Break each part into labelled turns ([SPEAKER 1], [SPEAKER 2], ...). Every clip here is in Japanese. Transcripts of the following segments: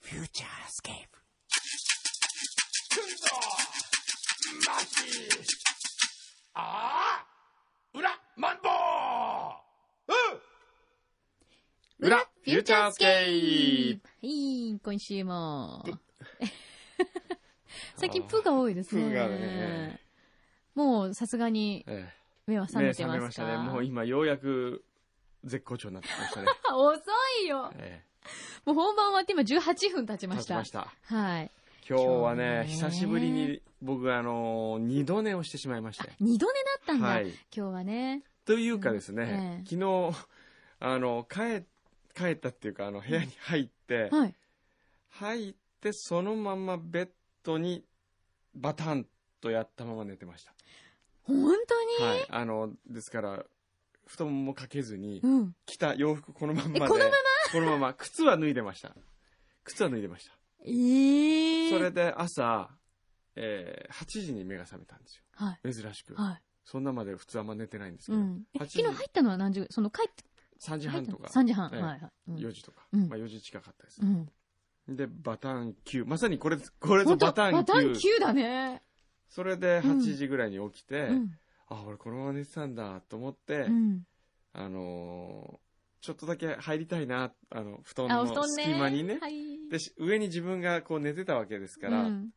[SPEAKER 1] フューチャースケープ。
[SPEAKER 2] ああ裏マンボウ
[SPEAKER 1] 裏フューチャースケープ
[SPEAKER 3] はい、今週も。 最近プーが多いですね。
[SPEAKER 1] プーがね
[SPEAKER 3] もうさすがに
[SPEAKER 1] え
[SPEAKER 3] 目は
[SPEAKER 1] え、
[SPEAKER 3] 覚めてます
[SPEAKER 1] した
[SPEAKER 3] か、
[SPEAKER 1] ね。 もう今ようやく絶好調になってきましたね。
[SPEAKER 3] あ遅いよ
[SPEAKER 1] え
[SPEAKER 3] もう本番終わって今18分経ち
[SPEAKER 1] え、
[SPEAKER 3] ま
[SPEAKER 1] 立
[SPEAKER 3] し
[SPEAKER 1] ち
[SPEAKER 3] た。
[SPEAKER 1] ました。
[SPEAKER 3] はい。
[SPEAKER 1] 今日はね、
[SPEAKER 3] 今日ね
[SPEAKER 1] 久しぶりに僕、あのー、二度寝をしてしまいまし
[SPEAKER 3] あ
[SPEAKER 1] て。、
[SPEAKER 3] 二度寝だったんだ。
[SPEAKER 1] はい。
[SPEAKER 3] 今日はね。
[SPEAKER 1] というかですね、
[SPEAKER 3] ええ
[SPEAKER 1] 昨日、 あの、帰、帰ったっていうか、あの、部屋に入って、
[SPEAKER 3] はい。
[SPEAKER 1] 入って、そのままベッドに、バタンとやったまま寝てました。
[SPEAKER 3] 本当に、
[SPEAKER 1] はい。あの、ですから、布団もかけずに、
[SPEAKER 3] うん。
[SPEAKER 1] 着た洋服このまんまで。
[SPEAKER 3] えこのまま
[SPEAKER 1] このまま。靴は脱いでました。靴は脱いでました。
[SPEAKER 3] えー。
[SPEAKER 1] それで朝、えー8時に目が覚めたんです
[SPEAKER 3] はい。
[SPEAKER 1] よ。珍しく。
[SPEAKER 3] はい。
[SPEAKER 1] そんなまで普通あんま寝てないんですけ
[SPEAKER 3] う
[SPEAKER 1] ど、
[SPEAKER 3] ん。え
[SPEAKER 1] 8
[SPEAKER 3] 昨
[SPEAKER 1] 時
[SPEAKER 3] 日入ったのは何時ぐらいその帰って
[SPEAKER 1] 3時半とか、
[SPEAKER 3] 3時半。
[SPEAKER 1] ええ
[SPEAKER 3] はいはい。うん
[SPEAKER 1] 4時とか、
[SPEAKER 3] うん
[SPEAKER 1] まあ4時近かったです
[SPEAKER 3] う。ん。
[SPEAKER 1] で、バタン9。まさにこれ、これぞ
[SPEAKER 3] 本当
[SPEAKER 1] バタン
[SPEAKER 3] バタン
[SPEAKER 1] 9。
[SPEAKER 3] 9だね。
[SPEAKER 1] それで8時ぐらいに起きて、
[SPEAKER 3] うん。
[SPEAKER 1] あ、俺このまま寝てたんだと思って、
[SPEAKER 3] うん。
[SPEAKER 1] あのーちょっとだけ入りたいな、あの、布団
[SPEAKER 3] あ、
[SPEAKER 1] の
[SPEAKER 3] お布団ね。
[SPEAKER 1] 隙間にね。
[SPEAKER 3] はい。
[SPEAKER 1] で、し上に自分がこう寝てたわけですから、
[SPEAKER 3] うん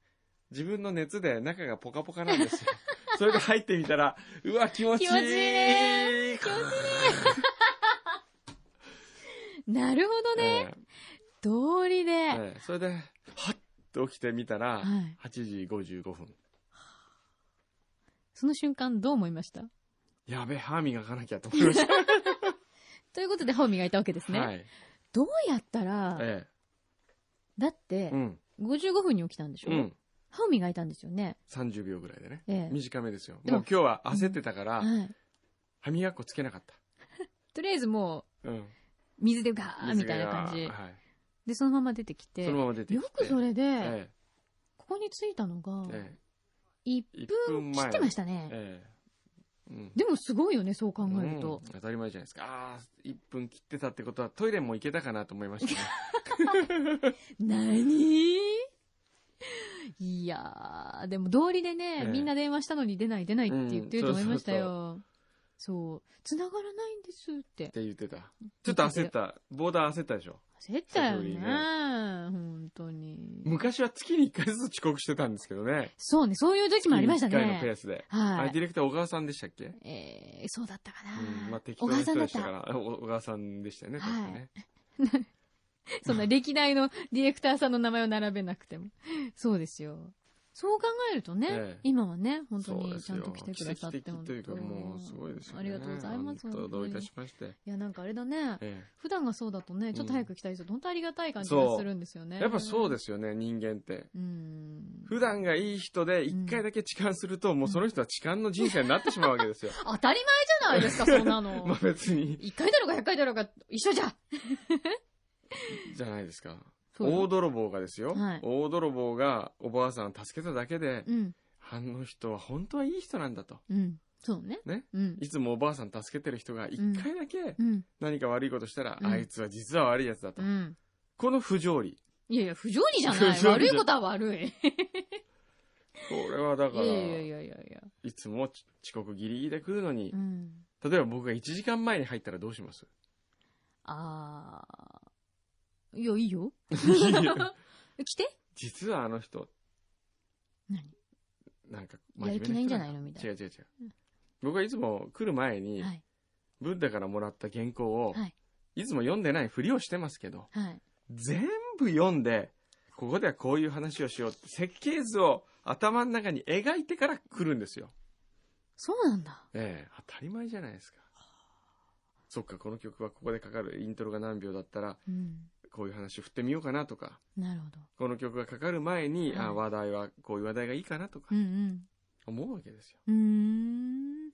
[SPEAKER 1] 自分の熱で中がポカポカなんですよ。 それで入ってみたら、うわ、気持ちいい
[SPEAKER 3] 気持ちいいね
[SPEAKER 1] 気持ちい
[SPEAKER 3] なるほどね。
[SPEAKER 1] ね、
[SPEAKER 3] 道理で。
[SPEAKER 1] ええええそれで、はっと起きてみたら、
[SPEAKER 3] はい
[SPEAKER 1] 8時55分。
[SPEAKER 3] その瞬間どう思いました
[SPEAKER 1] やべ、歯磨かなきゃと思いました。
[SPEAKER 3] ということで歯を磨いたわけ ですね。
[SPEAKER 1] はい。
[SPEAKER 3] どうやったら、
[SPEAKER 1] え
[SPEAKER 3] だっ
[SPEAKER 1] え
[SPEAKER 3] て
[SPEAKER 1] う、ん。
[SPEAKER 3] 55分に起きたんでしょ、
[SPEAKER 1] うん。
[SPEAKER 3] 歯を磨いたんですよね。
[SPEAKER 1] 30秒ぐらいでね。
[SPEAKER 3] ええ。
[SPEAKER 1] 短めですよ。
[SPEAKER 3] でも
[SPEAKER 1] もう今日は焦ってたから、
[SPEAKER 3] はい。
[SPEAKER 1] 歯磨き粉つけなかっ
[SPEAKER 3] とりあえずも
[SPEAKER 1] た。うん。
[SPEAKER 3] う、水でガーみたいな感
[SPEAKER 1] 水
[SPEAKER 3] じ
[SPEAKER 1] が。はい。
[SPEAKER 3] で、そのまま出てきて。
[SPEAKER 1] そのまま出てき
[SPEAKER 3] よ
[SPEAKER 1] て。
[SPEAKER 3] くそれで、
[SPEAKER 1] え
[SPEAKER 3] ここに着いたのが
[SPEAKER 1] え、え
[SPEAKER 3] 1
[SPEAKER 1] え一
[SPEAKER 3] 分
[SPEAKER 1] 分
[SPEAKER 3] 切
[SPEAKER 1] 前
[SPEAKER 3] ってましたね。
[SPEAKER 1] ええうん。
[SPEAKER 3] でもすごいよね、そう考えると。
[SPEAKER 1] うん当たり前じゃないですかああ1分切ってたってことはトイレも行けたかなと思いました ね
[SPEAKER 3] なにいやー、でも道理でね、
[SPEAKER 1] ええ
[SPEAKER 3] みんな電話したのに出ない出ないって言ってると思いましたよ。そう繋がらないんですって
[SPEAKER 1] っ。て言ってたちょっと焦ったボーダー焦ったでしょ
[SPEAKER 3] 焦ったよ
[SPEAKER 1] そうい
[SPEAKER 3] ね。
[SPEAKER 1] うね
[SPEAKER 3] 本当に。
[SPEAKER 1] 昔は月に1回ずつ遅刻してたんですけどね
[SPEAKER 3] そうね、そういう時もありました
[SPEAKER 1] 月に1回のペー
[SPEAKER 3] ね。
[SPEAKER 1] スで、あ
[SPEAKER 3] は
[SPEAKER 1] れデ
[SPEAKER 3] い。
[SPEAKER 1] ィレクター小川さんでしたっけ
[SPEAKER 3] えー、そうだったか
[SPEAKER 1] うん、ま
[SPEAKER 3] な
[SPEAKER 1] あ、。適
[SPEAKER 3] 小
[SPEAKER 1] 当な人で
[SPEAKER 3] 川さんだっ
[SPEAKER 1] したか
[SPEAKER 3] た。
[SPEAKER 1] ら、お小川さんでしたよね、
[SPEAKER 3] はい
[SPEAKER 1] 確かね。
[SPEAKER 3] そんな歴代のディレクターさんの名前を並べなくても。そうですよ。そう考えるとね、
[SPEAKER 1] ええ
[SPEAKER 3] 今はね、本当
[SPEAKER 1] そう
[SPEAKER 3] に
[SPEAKER 1] です
[SPEAKER 3] ちゃんと
[SPEAKER 1] よ
[SPEAKER 3] 来。てく
[SPEAKER 1] 奇
[SPEAKER 3] ださ
[SPEAKER 1] 跡
[SPEAKER 3] って、
[SPEAKER 1] 的
[SPEAKER 3] 本
[SPEAKER 1] と
[SPEAKER 3] 当
[SPEAKER 1] いうか、もうすごいですよね。
[SPEAKER 3] ありがとうございます。
[SPEAKER 1] 本当どういたし
[SPEAKER 3] 本
[SPEAKER 1] まして。
[SPEAKER 3] 当にいや、なんかあれだね。
[SPEAKER 1] え
[SPEAKER 3] 普段がそうだとね、ちょっと早く来たりすると、本当ありがたい感じ
[SPEAKER 1] そう
[SPEAKER 3] がするんですよね。。
[SPEAKER 1] えやっぱそうですすよね、人間って。
[SPEAKER 3] うん。
[SPEAKER 1] 普段がいい人で、一回だけ痴漢すると、もうその人は痴漢の人生になってしまうわけですよ。
[SPEAKER 3] 当たり前じゃないですか、そんなの
[SPEAKER 1] まあ。別に、
[SPEAKER 3] 一回だろうが百回だろうが一緒じゃん
[SPEAKER 1] じゃないですか。
[SPEAKER 3] そう
[SPEAKER 1] 大泥棒がですよ、
[SPEAKER 3] はい
[SPEAKER 1] 大泥棒がおばあさんを助けただけで、
[SPEAKER 3] うん。
[SPEAKER 1] あの人は本当はいい人なんだと。
[SPEAKER 3] うん。そうね。
[SPEAKER 1] ね。
[SPEAKER 3] うん。
[SPEAKER 1] いつもおばあさん助けてる人が一回だけ
[SPEAKER 3] うん。
[SPEAKER 1] 何か悪いことしたら、
[SPEAKER 3] うん
[SPEAKER 1] あいつは実は悪いやつだと。
[SPEAKER 3] うん。
[SPEAKER 1] この不条理。
[SPEAKER 3] いやいや、不条理じゃな
[SPEAKER 1] 不条理
[SPEAKER 3] い。
[SPEAKER 1] じゃ
[SPEAKER 3] 悪いことは悪い。い
[SPEAKER 1] これはだか
[SPEAKER 3] や
[SPEAKER 1] ら、
[SPEAKER 3] いやいやいやいや。
[SPEAKER 1] いつもち遅刻ギリギリで来るのに
[SPEAKER 3] う、ん。
[SPEAKER 1] 例えば僕が1時間前に入ったらどうします
[SPEAKER 3] あー。いや、いいよ。
[SPEAKER 1] いや
[SPEAKER 3] 来て
[SPEAKER 1] 実はあの人、
[SPEAKER 3] 何
[SPEAKER 1] なんか
[SPEAKER 3] やる気ないんじゃないいのみたい
[SPEAKER 1] 違う
[SPEAKER 3] な。
[SPEAKER 1] 違う違う。僕はいつも来る前に、
[SPEAKER 3] はい。
[SPEAKER 1] 文太からもらった原稿を、
[SPEAKER 3] はい
[SPEAKER 1] い、つも読んでないふりをしてますけど、
[SPEAKER 3] はい。
[SPEAKER 1] 全部読んで、ここではこういう話をしようって、設計図を頭の中に描いてから来るんですよ。
[SPEAKER 3] そうなんだ。
[SPEAKER 1] ええ、当たり前じゃないですか。そっか、この曲はここでかかるイントロが何秒だったら、
[SPEAKER 3] うん。
[SPEAKER 1] こういう話振ってみようかなとか、
[SPEAKER 3] なるほど。
[SPEAKER 1] この曲がかかる前に、
[SPEAKER 3] はい
[SPEAKER 1] あ話題は、こういう話題がいいかなとか
[SPEAKER 3] う、ん
[SPEAKER 1] 思うわけですよ。
[SPEAKER 3] うん。うーん。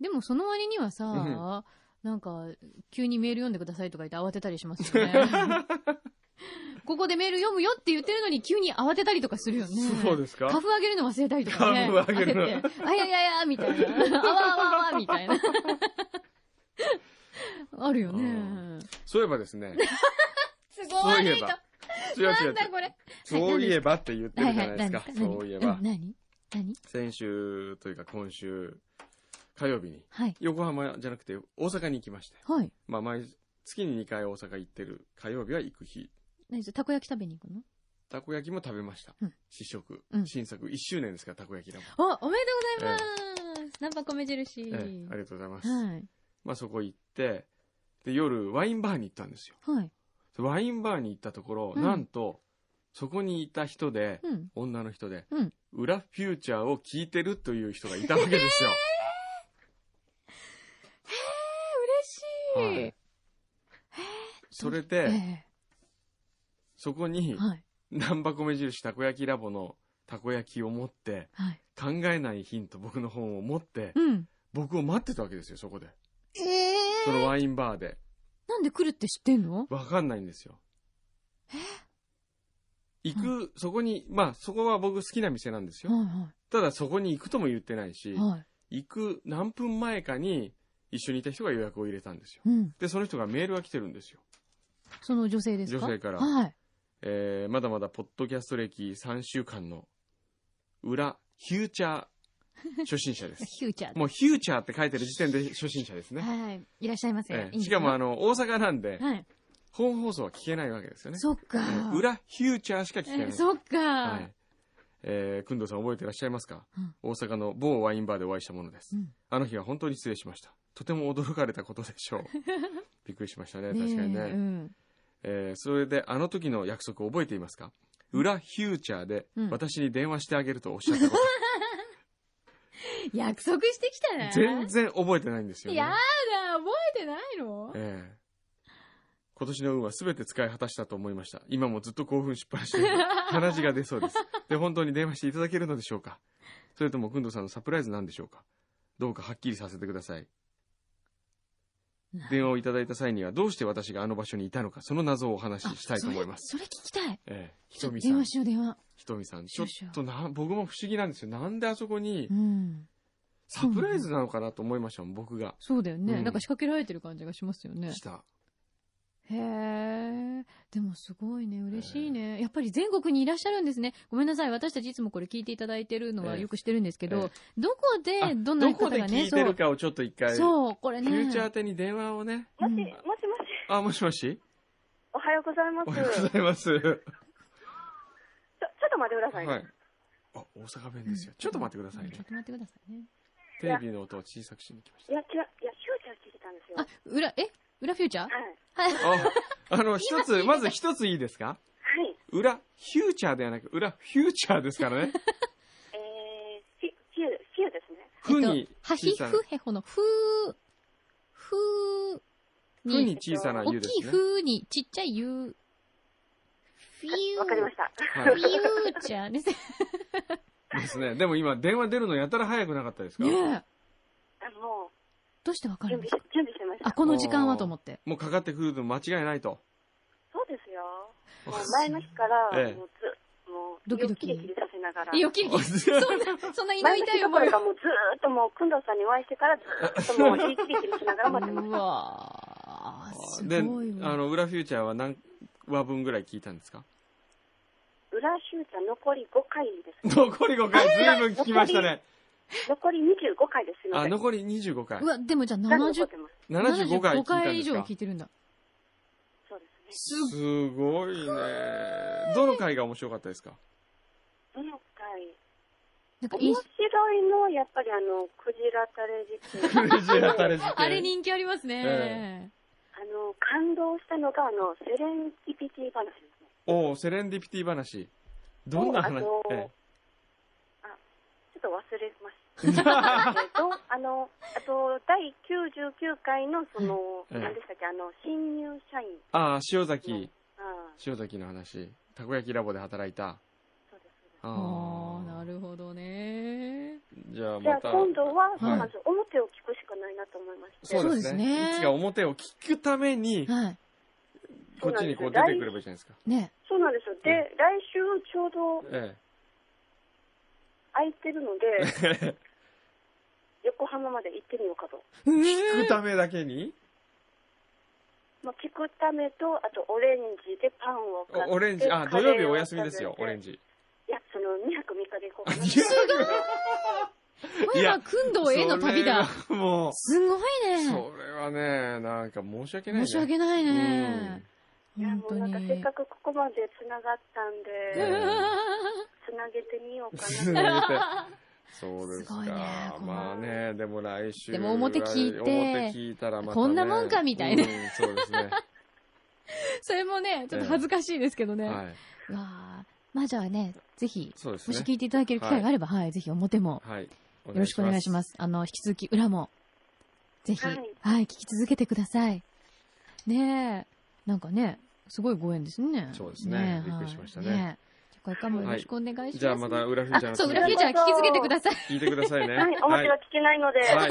[SPEAKER 3] でもその割にはさ、なんか、急にメール読んでくださいとか言って慌てたりしますよね。 ここでメール読むよって言ってるのに急に慌てたりとかするよね。
[SPEAKER 1] そうですか
[SPEAKER 3] カフ上げるの忘れたりとかね。
[SPEAKER 1] カフ上げるの
[SPEAKER 3] 焦ってあ、いやいやいや、みたいな。あわあわあわ、みた いな。あるよ
[SPEAKER 1] う
[SPEAKER 3] ね。
[SPEAKER 1] そういえばですね、
[SPEAKER 3] す
[SPEAKER 1] そ
[SPEAKER 3] ご
[SPEAKER 1] うい
[SPEAKER 3] い
[SPEAKER 1] えば違う違
[SPEAKER 3] な
[SPEAKER 1] うん
[SPEAKER 3] だこれ。
[SPEAKER 1] そういえばって言って
[SPEAKER 3] は
[SPEAKER 1] る
[SPEAKER 3] い
[SPEAKER 1] じ
[SPEAKER 3] は
[SPEAKER 1] ゃない
[SPEAKER 3] い、
[SPEAKER 1] です
[SPEAKER 3] 何
[SPEAKER 1] か。
[SPEAKER 3] ですか
[SPEAKER 1] そういえば
[SPEAKER 3] 何。何何
[SPEAKER 1] 先週というか今週、火曜日に、
[SPEAKER 3] はい。
[SPEAKER 1] 横浜じゃなくて大阪に行きました。
[SPEAKER 3] はい。
[SPEAKER 1] まあ毎月に2回大阪行ってる。火曜日は行く日。
[SPEAKER 3] 何ですたこ焼き食べに行くの
[SPEAKER 1] たこ焼きも食べました。
[SPEAKER 3] うん
[SPEAKER 1] 試食、
[SPEAKER 3] うん
[SPEAKER 1] 新作。1周年ですから、たこ焼きだもん。
[SPEAKER 3] あ、おめでとうございます。ナンパ米印。
[SPEAKER 1] ええありがとうございます。
[SPEAKER 3] はい。
[SPEAKER 1] まあそこ行って、で、夜、ワインバーに行ったんですよ。
[SPEAKER 3] はい。
[SPEAKER 1] ワインバーに行ったところ、
[SPEAKER 3] うん
[SPEAKER 1] なんと、そこにいた人で、
[SPEAKER 3] うん。
[SPEAKER 1] 女の人で、
[SPEAKER 3] うん
[SPEAKER 1] 裏フューチャーを聞いてるという人がいたわけですよ。
[SPEAKER 3] 嬉しい。
[SPEAKER 1] はいそれ
[SPEAKER 3] え
[SPEAKER 1] で、
[SPEAKER 3] え
[SPEAKER 1] そこに、
[SPEAKER 3] はい。
[SPEAKER 1] 南波米印たこ焼きラボのたこ焼きを持って、
[SPEAKER 3] はい。
[SPEAKER 1] 考えないヒント僕の本を持って、
[SPEAKER 3] うん。
[SPEAKER 1] 僕を待ってたわけですよ、そこで。
[SPEAKER 3] ええ
[SPEAKER 1] そのワインバーで。
[SPEAKER 3] なんで来るって知ってんの
[SPEAKER 1] わかんないんですよ。行く、そこに、まあそこは僕好きな店なんです
[SPEAKER 3] はい
[SPEAKER 1] よ。
[SPEAKER 3] は
[SPEAKER 1] ただそこに行くとも言ってないし
[SPEAKER 3] い。、はい。
[SPEAKER 1] 行く何分前かに一緒にいた人が予約を入れたんですよ。
[SPEAKER 3] うん。
[SPEAKER 1] で、その人がメールが来てるんですよ。
[SPEAKER 3] その女性ですか
[SPEAKER 1] 女性から
[SPEAKER 3] はい。
[SPEAKER 1] えー、まだまだポッドキャスト歴3週間の裏、フューチャー初心者で す。
[SPEAKER 3] ヒューチャー。
[SPEAKER 1] もうフューチャーって書いてる時点で初心者ですね。
[SPEAKER 3] はい。いらっしゃいませ。いい
[SPEAKER 1] え
[SPEAKER 3] ん
[SPEAKER 1] え
[SPEAKER 3] です
[SPEAKER 1] しかもあ
[SPEAKER 3] の、
[SPEAKER 1] の、大阪なんで、
[SPEAKER 3] はい。
[SPEAKER 1] 本放送は聞けないわけですよね。
[SPEAKER 3] そっか
[SPEAKER 1] ええ。裏フューチャーしか聞けな
[SPEAKER 3] え
[SPEAKER 1] い。
[SPEAKER 3] えそ
[SPEAKER 1] は
[SPEAKER 3] っか
[SPEAKER 1] い。。えー、くんどさん覚えてらっしゃいますか、
[SPEAKER 3] うん
[SPEAKER 1] 大阪の某ワインバーでお会いしたものです。
[SPEAKER 3] うん
[SPEAKER 1] あの日は本当に失礼しました。とても驚かれたことで しょう。びっくりしましたね、確か
[SPEAKER 3] え
[SPEAKER 1] にね。
[SPEAKER 3] うん。
[SPEAKER 1] えーそれであの時の約束を覚えていますか裏フューチャーで
[SPEAKER 3] うん
[SPEAKER 1] 私に電話してあげるとおっしゃ ったこと、
[SPEAKER 3] 約束してきたね。
[SPEAKER 1] 全然覚えてないんですよね
[SPEAKER 3] や。だ、覚えてないの
[SPEAKER 1] ええ今年の運は全て使い果たしたと思いました。今もずっと興奮しっぱな しで、鼻血が出そうです。で、本当に電話していただけるのでしょうかそれとも、くんどさんのサプライズなんでしょうかどうかはっきりさせてください。電話をいただいた際には、どうして私があの場所にいたのか、その謎をお話ししたいと思います。
[SPEAKER 3] それそれ聞きたい。
[SPEAKER 1] ええひ
[SPEAKER 3] ち
[SPEAKER 1] と
[SPEAKER 3] ょっと
[SPEAKER 1] みさ
[SPEAKER 3] 電
[SPEAKER 1] ん
[SPEAKER 3] 話。しよう、電話。
[SPEAKER 1] ひとみさん。ち
[SPEAKER 3] し
[SPEAKER 1] ょ
[SPEAKER 3] よ
[SPEAKER 1] っ
[SPEAKER 3] うしよう
[SPEAKER 1] とな、僕も不思議なんですよ。なんであそこに
[SPEAKER 3] う、ん。
[SPEAKER 1] サプライズなのかなと思いましたもん、僕が。
[SPEAKER 3] そうだよね。
[SPEAKER 1] うん
[SPEAKER 3] なんか仕掛けられてる感じがしますよね
[SPEAKER 1] し。た。
[SPEAKER 3] へえ。でもすごいね、嬉しいね。やっぱり全国にいらっしゃるんですね。ごめんなさい、私たちいつもこれ聞いていただいてるのは
[SPEAKER 1] ええ
[SPEAKER 3] よくしてるんですけど、
[SPEAKER 1] ええ
[SPEAKER 3] どこで
[SPEAKER 1] あ
[SPEAKER 3] どんな
[SPEAKER 1] ど
[SPEAKER 3] 方
[SPEAKER 1] こで
[SPEAKER 3] が
[SPEAKER 1] 聞
[SPEAKER 3] ね、
[SPEAKER 1] いて
[SPEAKER 3] そ
[SPEAKER 1] る
[SPEAKER 3] う、
[SPEAKER 1] かをちょっと一回、フ
[SPEAKER 3] そう、これね。
[SPEAKER 1] ューチャー宛に電話をね。
[SPEAKER 4] もし、
[SPEAKER 3] う
[SPEAKER 4] も
[SPEAKER 3] ん
[SPEAKER 4] しもし、
[SPEAKER 1] あ、もしもし
[SPEAKER 4] おはようございます。
[SPEAKER 1] お
[SPEAKER 4] ちょ、
[SPEAKER 1] は
[SPEAKER 4] ち
[SPEAKER 1] よう
[SPEAKER 4] ょ
[SPEAKER 1] ご
[SPEAKER 4] っ
[SPEAKER 1] ざいます。
[SPEAKER 4] と待ってくださいね。
[SPEAKER 1] はい。あ、大阪弁ですよ。ちょっと待ってください
[SPEAKER 3] うん
[SPEAKER 1] ね
[SPEAKER 3] ちょっ。と待ってくださいね。
[SPEAKER 1] テレビの音を小さくしに来まし
[SPEAKER 4] いや、違う、いや、しゅうちゃん聞いてたんですよ。
[SPEAKER 3] あ、裏、え裏フューチャー
[SPEAKER 4] はい。
[SPEAKER 3] はい。
[SPEAKER 1] た。あ、あの、一
[SPEAKER 3] 聞い
[SPEAKER 1] つ、
[SPEAKER 3] てた
[SPEAKER 1] まず一ついいですか
[SPEAKER 4] はい。
[SPEAKER 1] 裏、フューチャーではなく、裏、フューチャーですからね。
[SPEAKER 4] えー、し、しゅう、しゅうですね。
[SPEAKER 1] ふ
[SPEAKER 3] えっ
[SPEAKER 1] に
[SPEAKER 3] と、
[SPEAKER 1] 小
[SPEAKER 3] はひ
[SPEAKER 1] さな
[SPEAKER 3] ふ、へほの、ふー、ふー
[SPEAKER 1] ふ
[SPEAKER 3] に
[SPEAKER 1] に、小さな
[SPEAKER 3] 大
[SPEAKER 1] 湯で
[SPEAKER 3] きい
[SPEAKER 1] すね。
[SPEAKER 3] ふーに、ちっちゃいゆフィ
[SPEAKER 4] わかりました。
[SPEAKER 1] は
[SPEAKER 3] フューチャーです。
[SPEAKER 1] い。ですね。でも今、電話出るのやたら早くなかったですか
[SPEAKER 3] ねえ。
[SPEAKER 4] あも
[SPEAKER 3] どうしてわ
[SPEAKER 4] う、
[SPEAKER 3] かる
[SPEAKER 4] 準
[SPEAKER 3] んで
[SPEAKER 4] 備し
[SPEAKER 3] すか、
[SPEAKER 4] 準備してまし
[SPEAKER 3] あ、
[SPEAKER 4] た。
[SPEAKER 3] この時間はと思って。
[SPEAKER 1] もうかかってくるの間違いないと。
[SPEAKER 4] そうですよ。もう前の日から、
[SPEAKER 1] ええ
[SPEAKER 4] もうず、もう、
[SPEAKER 3] ドキドキ
[SPEAKER 4] よっきり切りさせながら。
[SPEAKER 3] よきり、そんな、そんな痛
[SPEAKER 4] 前
[SPEAKER 3] い
[SPEAKER 4] の
[SPEAKER 3] 痛
[SPEAKER 4] 日
[SPEAKER 3] い
[SPEAKER 4] ど
[SPEAKER 3] 思
[SPEAKER 4] こ
[SPEAKER 3] いを
[SPEAKER 4] ろか。もうずーっともう、くんどさんにお会いしてからずーっともう、ひいきりきりしながら待ってまし
[SPEAKER 3] う
[SPEAKER 4] た。
[SPEAKER 3] わー、す
[SPEAKER 1] で、あ
[SPEAKER 3] ごいわ。
[SPEAKER 1] の、裏フューチャーは何話分ぐらい聞いたんですか
[SPEAKER 4] 裏しゅうちゃん残り5回です。
[SPEAKER 1] 残り5回、ずいぶん聞きましたね。
[SPEAKER 4] 残り25回です。すみま
[SPEAKER 1] あ、
[SPEAKER 4] せん。
[SPEAKER 1] 残り25回
[SPEAKER 3] う。わ、でもじゃあ
[SPEAKER 4] 何
[SPEAKER 3] 70
[SPEAKER 4] 残って、ます。
[SPEAKER 1] 75回聞いたん
[SPEAKER 3] 回
[SPEAKER 1] で
[SPEAKER 3] 以
[SPEAKER 1] す
[SPEAKER 3] 上
[SPEAKER 1] か
[SPEAKER 3] 聞いてるんだ。
[SPEAKER 4] そうですね。
[SPEAKER 3] す
[SPEAKER 1] すごいね。どの回が面白かったですか
[SPEAKER 4] どの回
[SPEAKER 3] なんかいい
[SPEAKER 4] 面、白いのはやっぱりあの、クジラタレ事件。
[SPEAKER 1] クレジータレ事件
[SPEAKER 3] あれ人気ありますね
[SPEAKER 1] え。
[SPEAKER 4] あの、感動したのがあの、セレンティピティ話ですね。
[SPEAKER 1] おうセレンディピティ話。どんな話
[SPEAKER 4] おあのー
[SPEAKER 1] え
[SPEAKER 4] ちょっと忘れま した。けど、あの、あと、第99回のその、
[SPEAKER 1] ええ
[SPEAKER 4] 何でしたっけ、あの、新入社員。
[SPEAKER 1] ああ、塩崎、
[SPEAKER 4] ああ、
[SPEAKER 1] 塩崎の話。たこ焼きラボで働いた。
[SPEAKER 4] そうです。そうです
[SPEAKER 1] あ
[SPEAKER 3] あ
[SPEAKER 1] ー
[SPEAKER 3] ー、なるほどね。
[SPEAKER 1] じゃあ
[SPEAKER 4] じゃ
[SPEAKER 1] ま
[SPEAKER 4] あ
[SPEAKER 1] た。
[SPEAKER 4] 今度は、
[SPEAKER 1] はい
[SPEAKER 4] まず表を聞くしかないなと思いまして。
[SPEAKER 1] そうで
[SPEAKER 3] そ
[SPEAKER 1] す
[SPEAKER 3] うです
[SPEAKER 1] ね。
[SPEAKER 3] ね
[SPEAKER 1] いつか表を聞くために、
[SPEAKER 3] は
[SPEAKER 1] こっちにこう出てくればいいじゃないですか。
[SPEAKER 3] い。ね。
[SPEAKER 4] そうなんですよ。で、
[SPEAKER 1] え
[SPEAKER 4] 来週ちょうど
[SPEAKER 1] え
[SPEAKER 4] 空いてるので、
[SPEAKER 1] え。
[SPEAKER 4] 横浜まで行ってみようかと。
[SPEAKER 1] 聞くためだけに
[SPEAKER 4] もう聞くためと、あとオレンジでパンを買って。
[SPEAKER 1] おオレンジ、あ、土
[SPEAKER 4] カレー
[SPEAKER 1] 曜日
[SPEAKER 4] を
[SPEAKER 1] お休みですよ、
[SPEAKER 4] 食べて
[SPEAKER 1] オレンジ。
[SPEAKER 4] いや、その2泊3日で行こうか な。
[SPEAKER 1] す
[SPEAKER 3] これは、くんどうへの旅だ。。
[SPEAKER 1] それはもう、
[SPEAKER 3] すごいね。
[SPEAKER 1] それはね、なんか申し訳ないね。
[SPEAKER 3] 申し訳ないね。
[SPEAKER 4] いや、
[SPEAKER 3] 本
[SPEAKER 4] もう
[SPEAKER 3] 当
[SPEAKER 4] なんかせっ
[SPEAKER 3] に
[SPEAKER 4] か。くここまで繋がったん
[SPEAKER 1] う
[SPEAKER 4] で、
[SPEAKER 1] ん
[SPEAKER 4] つなげてみようか
[SPEAKER 1] つ
[SPEAKER 4] な。
[SPEAKER 1] なげて。そうですか。
[SPEAKER 3] すごいねこの
[SPEAKER 1] まあね、でも来週。
[SPEAKER 3] でも表聞いて
[SPEAKER 1] 表聞いたらまた、ね。
[SPEAKER 3] こんなもんかみたいな
[SPEAKER 1] うんそうです ね。
[SPEAKER 3] それもね、ちょっと恥ずかしいですけどね。
[SPEAKER 1] はい。
[SPEAKER 3] わあまあじゃあね、ぜひ、
[SPEAKER 1] そうです
[SPEAKER 3] も
[SPEAKER 1] ね。
[SPEAKER 3] し聞いていただける機会があれば、はい、ぜひ表も
[SPEAKER 1] はい。よ。
[SPEAKER 3] よろしくお願いしますす。あの、引き続き裏も、ぜひ、は
[SPEAKER 4] はいい、
[SPEAKER 3] 聞き続けてください。ねえ、なんかね、すごいご縁ですね。
[SPEAKER 1] そうですね
[SPEAKER 3] え
[SPEAKER 1] びっくりしましたね
[SPEAKER 3] はいねえじゃあこれからもよろしくお願いします。
[SPEAKER 1] じゃあまた、裏フューチャー
[SPEAKER 3] あ、
[SPEAKER 1] の
[SPEAKER 3] そう、
[SPEAKER 1] 次
[SPEAKER 3] 裏フューチャー聞き続けてください。
[SPEAKER 1] 聞いてくださいね。
[SPEAKER 4] はい、おまけは聞けないので、
[SPEAKER 1] はい。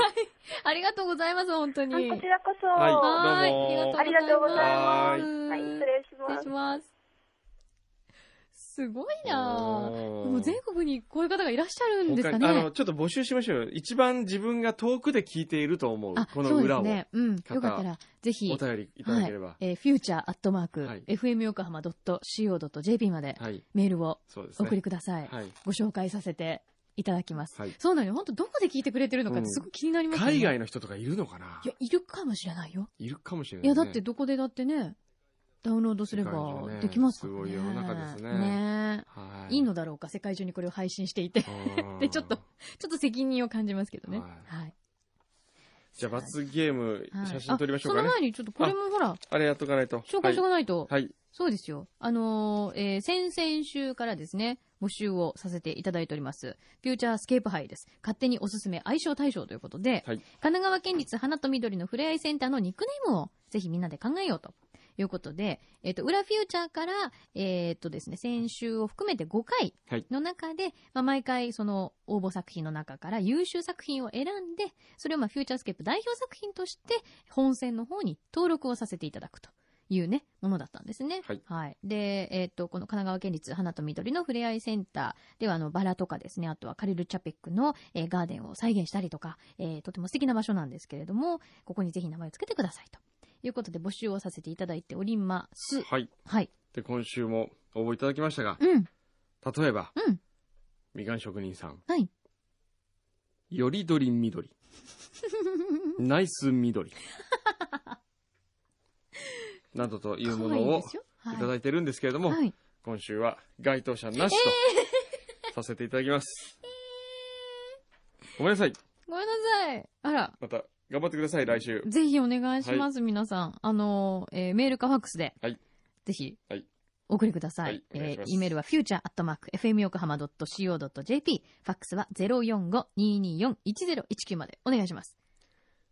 [SPEAKER 3] ありがとうございます、本当に。
[SPEAKER 4] あこちらこそ、
[SPEAKER 1] はいどうも
[SPEAKER 3] はーいありがとうございます。
[SPEAKER 1] ありがと
[SPEAKER 4] はい、失
[SPEAKER 3] 失
[SPEAKER 4] 礼しま
[SPEAKER 3] 礼
[SPEAKER 4] す
[SPEAKER 3] し。ます。すごいなぁ。もう全国にこういう方がいらっしゃるんですか
[SPEAKER 1] 他にあの、
[SPEAKER 3] ね。
[SPEAKER 1] ちょっと募集しましょうよ。一番自分が遠くで聞いていると思う
[SPEAKER 3] あ、、
[SPEAKER 1] こ
[SPEAKER 3] そ
[SPEAKER 1] の
[SPEAKER 3] うで
[SPEAKER 1] 裏
[SPEAKER 3] す
[SPEAKER 1] を。
[SPEAKER 3] ね。うん。
[SPEAKER 1] 方
[SPEAKER 3] よかったら、ぜひ
[SPEAKER 1] お、便りいただければ。
[SPEAKER 3] えー、future.fm
[SPEAKER 1] はい
[SPEAKER 3] fmyokohama.co.jp まで
[SPEAKER 1] はい。
[SPEAKER 3] メールを
[SPEAKER 1] そうです
[SPEAKER 3] お
[SPEAKER 1] ね。
[SPEAKER 3] 送りください。
[SPEAKER 1] はい。
[SPEAKER 3] ご紹介させていただきます。
[SPEAKER 1] はい
[SPEAKER 3] そうなのよ。本当どこで聞いてくれてるのかってすごく気になりますよね。
[SPEAKER 1] 海外の人とかいるのかない
[SPEAKER 3] や、いるかもしれないよ。
[SPEAKER 1] いるかもしれないい、ね。
[SPEAKER 3] や、だってどこでだってね、ダウンロードすれ
[SPEAKER 1] 世界中
[SPEAKER 3] ば
[SPEAKER 1] ね
[SPEAKER 3] できますから
[SPEAKER 1] すごい世の中ですね
[SPEAKER 3] ね
[SPEAKER 1] は
[SPEAKER 3] えいいのだろうか、世界中にこれを配信していて。ち
[SPEAKER 1] っ
[SPEAKER 3] でちょっと。ょっと責任を感じますけどね。
[SPEAKER 1] は
[SPEAKER 3] はい。
[SPEAKER 1] じゃあ、罰ゲーム、
[SPEAKER 3] はい
[SPEAKER 1] 写真撮りましょうかね。
[SPEAKER 3] あ
[SPEAKER 1] あ
[SPEAKER 3] その前にちょっとこれもほら、
[SPEAKER 1] れやっとかないと。
[SPEAKER 3] 紹介しておかないと。
[SPEAKER 1] はい。はい。
[SPEAKER 3] そうですよ。あのーえー先々週からですね、募集をさせていただいております。フューチャースケープ杯です。勝手におすすめ相性対象ということで、
[SPEAKER 1] はい
[SPEAKER 3] 神奈川県立花と緑のふれあいセンターのニックネームをぜひみんなで考えようということで、えっ、と、裏フューチャーから、えーっとですね、先週を含めて5回
[SPEAKER 1] はい
[SPEAKER 3] の中で、まあ、毎回その応募作品の中から優秀作品を選んで、それをまあフューチャースケープ代表作品として本戦の方に登録をさせていただくと。いうね、ものだったんですね。
[SPEAKER 1] はい
[SPEAKER 3] で、えっ、と、この神奈川県立花と緑のふれあいセンターでは、あの、バラとかですね、あとはカリルチャペックの、えーガーデンを再現したりとか、えーとても素敵な場所なんですけれども、ここにぜひ名前をつけてくださいと。いうことで募集をさせていただいております。
[SPEAKER 1] はい。
[SPEAKER 3] はい。
[SPEAKER 1] で、今週も応募いただきましたが、
[SPEAKER 3] う
[SPEAKER 1] 例
[SPEAKER 3] ん。
[SPEAKER 1] えば、
[SPEAKER 3] うん
[SPEAKER 1] みかん職人さん。
[SPEAKER 3] はい。
[SPEAKER 1] よりどりみどり。ナイスみ どり。などというもの
[SPEAKER 3] 可愛い
[SPEAKER 1] を
[SPEAKER 3] ですよ
[SPEAKER 1] いただいてるんですけれども、
[SPEAKER 3] はい。
[SPEAKER 1] 今週は該当者なしとさせていただきます。ごめんなさい。
[SPEAKER 3] ごめんなさい。あら。
[SPEAKER 1] また頑張ってください、来週。
[SPEAKER 3] ぜひお願いします、皆さん。あのー、えーメールかファックスで、
[SPEAKER 1] はい
[SPEAKER 3] ぜひ、
[SPEAKER 1] はい
[SPEAKER 3] お送りください。
[SPEAKER 1] はいお願い
[SPEAKER 3] え
[SPEAKER 1] します
[SPEAKER 3] ー、E メールは future.fmyokohama.co.jp、ファックスは045-224-1019までお願いします。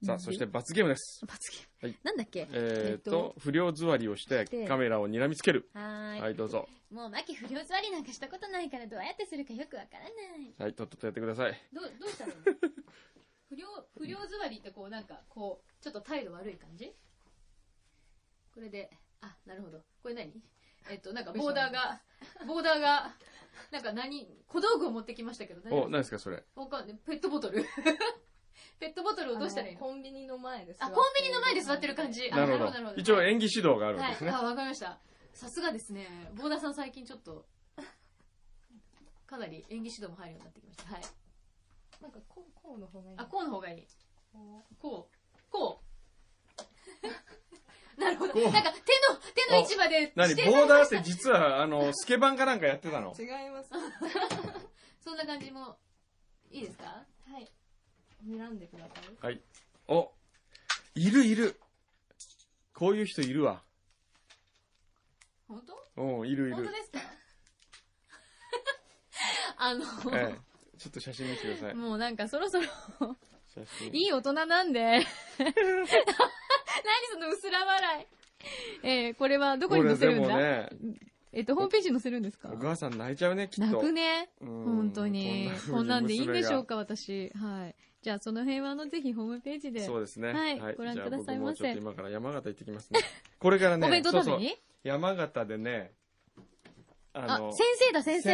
[SPEAKER 1] さあ、そして罰ゲームです。
[SPEAKER 3] 罰ゲーム
[SPEAKER 1] はい
[SPEAKER 3] なんだっけ
[SPEAKER 1] えーっと、不良座りをしてカメラを睨みつける。
[SPEAKER 3] はーい
[SPEAKER 1] はい、どうぞ。
[SPEAKER 3] もう、マキ不良座りなんかしたことないから、どうやってするかよくわからない。
[SPEAKER 1] はい、とっととやってください。
[SPEAKER 3] どう、どうしたの不良、不良座りってこうなんか、こう、ちょっと態度悪い感じこれで、あ、なるほど。これ何えっと、なんかボーダーが、ボーダーが、なんか何、小道具を持ってきましたけど、大丈
[SPEAKER 1] お、
[SPEAKER 3] 夫
[SPEAKER 1] 何ですか、それ。
[SPEAKER 3] わかんないペットボトルペットボトルをどうしたらいいの
[SPEAKER 5] コンビニの前です
[SPEAKER 3] あ、コンビニの前で座ってる感じ。あ
[SPEAKER 1] なるほど。一応
[SPEAKER 3] はい
[SPEAKER 1] 演技指導があるわけですね。
[SPEAKER 3] あ、わかりました。さすがですね。ボーダーさん最近ちょっと、かなり演技指導も入るようになってきました。はい。
[SPEAKER 5] なんかこうこうの方がいい
[SPEAKER 3] あ、こうの方がいい。こう。こう。なるほど。
[SPEAKER 1] こう
[SPEAKER 3] なんか手の、手の位置まで
[SPEAKER 1] 何
[SPEAKER 3] 指定
[SPEAKER 1] ボ
[SPEAKER 3] さ
[SPEAKER 1] ー
[SPEAKER 3] れ
[SPEAKER 1] ダー
[SPEAKER 3] ま
[SPEAKER 1] っ
[SPEAKER 3] した
[SPEAKER 1] て実は、あ の、スケバンかなんかやってたの
[SPEAKER 5] 違います
[SPEAKER 3] そんな感じも、いいですか
[SPEAKER 5] はい睨んでください
[SPEAKER 1] はい。お、いるいる。こういう人いるわ。
[SPEAKER 3] 本当
[SPEAKER 1] うん、いるい
[SPEAKER 3] 本
[SPEAKER 1] る
[SPEAKER 3] 当。ですか あの、
[SPEAKER 1] ええ、ちょっと写真見てください。
[SPEAKER 3] もうなんかそろそろ、
[SPEAKER 1] 写真
[SPEAKER 3] いい大人なんで。 何その薄ら笑い。えー、これはどこに載せるん
[SPEAKER 1] こ
[SPEAKER 3] だ、
[SPEAKER 1] れでもね、
[SPEAKER 3] えっと、ホームページに載せるんですか
[SPEAKER 1] お母さん泣いちゃうね、きっ
[SPEAKER 3] 泣
[SPEAKER 1] と。
[SPEAKER 3] くね。
[SPEAKER 1] うん
[SPEAKER 3] 本当に。こんなんでいいんでしょう
[SPEAKER 1] か。
[SPEAKER 3] か、私。はい。じゃあ、その辺は、あの、ぜひホームページで。
[SPEAKER 1] そうですね。
[SPEAKER 3] はいご覧
[SPEAKER 1] じゃあ
[SPEAKER 3] ください
[SPEAKER 1] 僕も
[SPEAKER 3] ませ
[SPEAKER 1] ちょっと今から山形行ってき ますね。これからね、
[SPEAKER 3] お弁当
[SPEAKER 1] そう
[SPEAKER 3] 食
[SPEAKER 1] そ
[SPEAKER 3] べ
[SPEAKER 1] う
[SPEAKER 3] に
[SPEAKER 1] 山形でね、あ
[SPEAKER 3] あ
[SPEAKER 1] の、、
[SPEAKER 3] 先生だ、先生。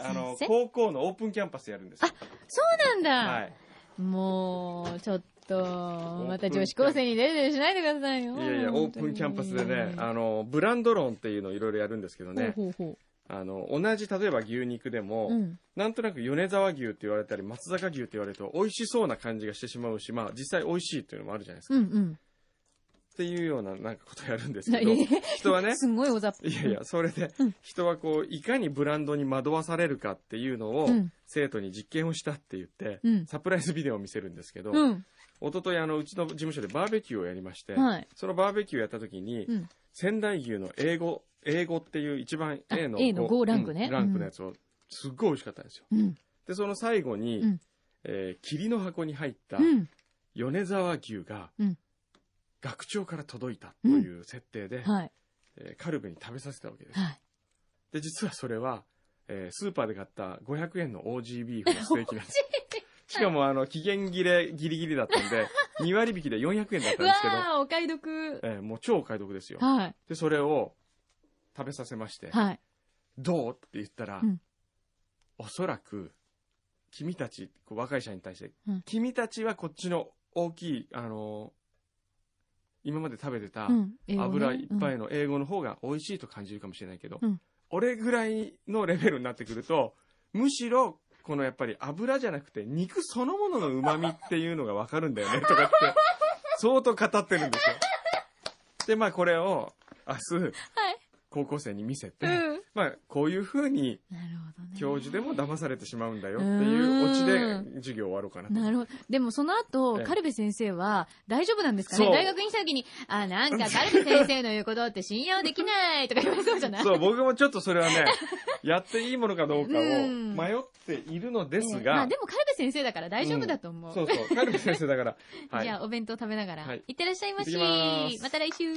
[SPEAKER 1] あの
[SPEAKER 3] 先生
[SPEAKER 1] 高校のオープンキャンパスやるんですよ。
[SPEAKER 3] そうなんだ。
[SPEAKER 1] はい。
[SPEAKER 3] もう、ちょっと、また女子高生にデレデレしないでくださいよ。
[SPEAKER 1] いやいや、オープンキャンパスでね、あの、ブランド論っていうのをいろいろやるんですけど
[SPEAKER 3] の
[SPEAKER 1] ね、
[SPEAKER 3] ほうほうほ
[SPEAKER 1] あの、同じ、例えば牛肉でも、
[SPEAKER 3] う。うん。
[SPEAKER 1] なんとなく米沢牛って言われたり、松坂牛って言われると、美味しそうな感じがしてしまうし、まあ、実際美味しいっていうのもあるじゃないですか。
[SPEAKER 3] うんうん。
[SPEAKER 1] っていうような、なんかことやるんです
[SPEAKER 3] な
[SPEAKER 1] けど、
[SPEAKER 3] え
[SPEAKER 1] 人はね、
[SPEAKER 3] すごい大雑把。
[SPEAKER 1] いやいや、それで、人はこう、いかにブランドに惑わされるかっていうのを
[SPEAKER 3] うん、
[SPEAKER 1] 生徒に実験をしたって言って、
[SPEAKER 3] うん。
[SPEAKER 1] サプライズビデオを見せるんですけど、
[SPEAKER 3] うん。
[SPEAKER 1] 一昨日あの、うちの事務所でバーベキューをやりまして、
[SPEAKER 3] はい
[SPEAKER 1] そのバーベキューやった時に、
[SPEAKER 3] うん
[SPEAKER 1] 仙台牛の英語、英語っていう一番
[SPEAKER 3] あ
[SPEAKER 1] A の
[SPEAKER 3] A の
[SPEAKER 1] こう
[SPEAKER 3] 5ランクね
[SPEAKER 1] うんランクのやつを、すっごい美味しかったんですよ。
[SPEAKER 3] うん。
[SPEAKER 1] で、その最後に、
[SPEAKER 3] うん
[SPEAKER 1] えー霧の箱に入った
[SPEAKER 3] うん。
[SPEAKER 1] 米沢牛が、
[SPEAKER 3] うん
[SPEAKER 1] 学長から届いたという設定で、
[SPEAKER 3] はい。
[SPEAKER 1] えーカルベに食べさせたわけです。
[SPEAKER 3] はい。
[SPEAKER 1] で、実はそれは、えースーパーで買った500円の OG ビーフのステーキなん です。しかも、あの、期限切れギリギリだったんで、2割引きで400円だったん
[SPEAKER 3] う
[SPEAKER 1] で
[SPEAKER 3] わ
[SPEAKER 1] すけど、
[SPEAKER 3] ー、お買い得。
[SPEAKER 1] えーもう超お買い得ですよ。
[SPEAKER 3] はい。
[SPEAKER 1] で、それを食べさせまして、
[SPEAKER 3] はい。
[SPEAKER 1] どうって言ったら、
[SPEAKER 3] うん
[SPEAKER 1] おそらく、君たち、こう若い社員に対して、
[SPEAKER 3] うん
[SPEAKER 1] 君たちはこっちの大きい、あのー今まで食べてた
[SPEAKER 3] うん。英語ね
[SPEAKER 1] 油いっぱ
[SPEAKER 3] う
[SPEAKER 1] いの英語の方が美味しいと感じるかもしれないけど、
[SPEAKER 3] うん
[SPEAKER 1] 俺ぐらいのレベルになってくると、むしろ、このやっぱり油じゃなくて肉そのものの旨味っていうのがわかるんだよねとかっ て、相当語ってるんですよ。で、まあこれを明日、高校生に見せて、
[SPEAKER 3] ん。うん。
[SPEAKER 1] まあこういう風に
[SPEAKER 3] なるほど ね。
[SPEAKER 1] 教授でも騙されてしまうんだよっていうオチで授業終わろうかなと。
[SPEAKER 3] なるほど。でもその後、
[SPEAKER 1] ええ
[SPEAKER 3] カルベ先生は大丈夫なんですかね
[SPEAKER 1] そう
[SPEAKER 3] 大学院した時に、あ、なんかカルベ先生の言うことって信用できないとか言われそうじゃない
[SPEAKER 1] そう、僕もちょっとそれは ね、やっていいものかどうかを
[SPEAKER 3] うん
[SPEAKER 1] 迷っているのです
[SPEAKER 3] まあ
[SPEAKER 1] が
[SPEAKER 3] で、もカルベ先生だから大丈夫だと思う。
[SPEAKER 1] そうそう、カルビ先生だ から、は
[SPEAKER 3] じ
[SPEAKER 1] い
[SPEAKER 3] ゃ。あお弁当食べながら、
[SPEAKER 1] はい
[SPEAKER 3] い、ってらっしゃいま
[SPEAKER 1] い
[SPEAKER 3] し。
[SPEAKER 1] ってきます
[SPEAKER 3] また来週。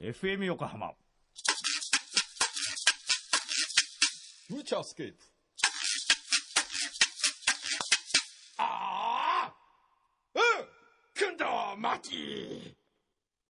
[SPEAKER 2] FM 横浜
[SPEAKER 6] フューチャースケープ。
[SPEAKER 2] ああうんくんどまき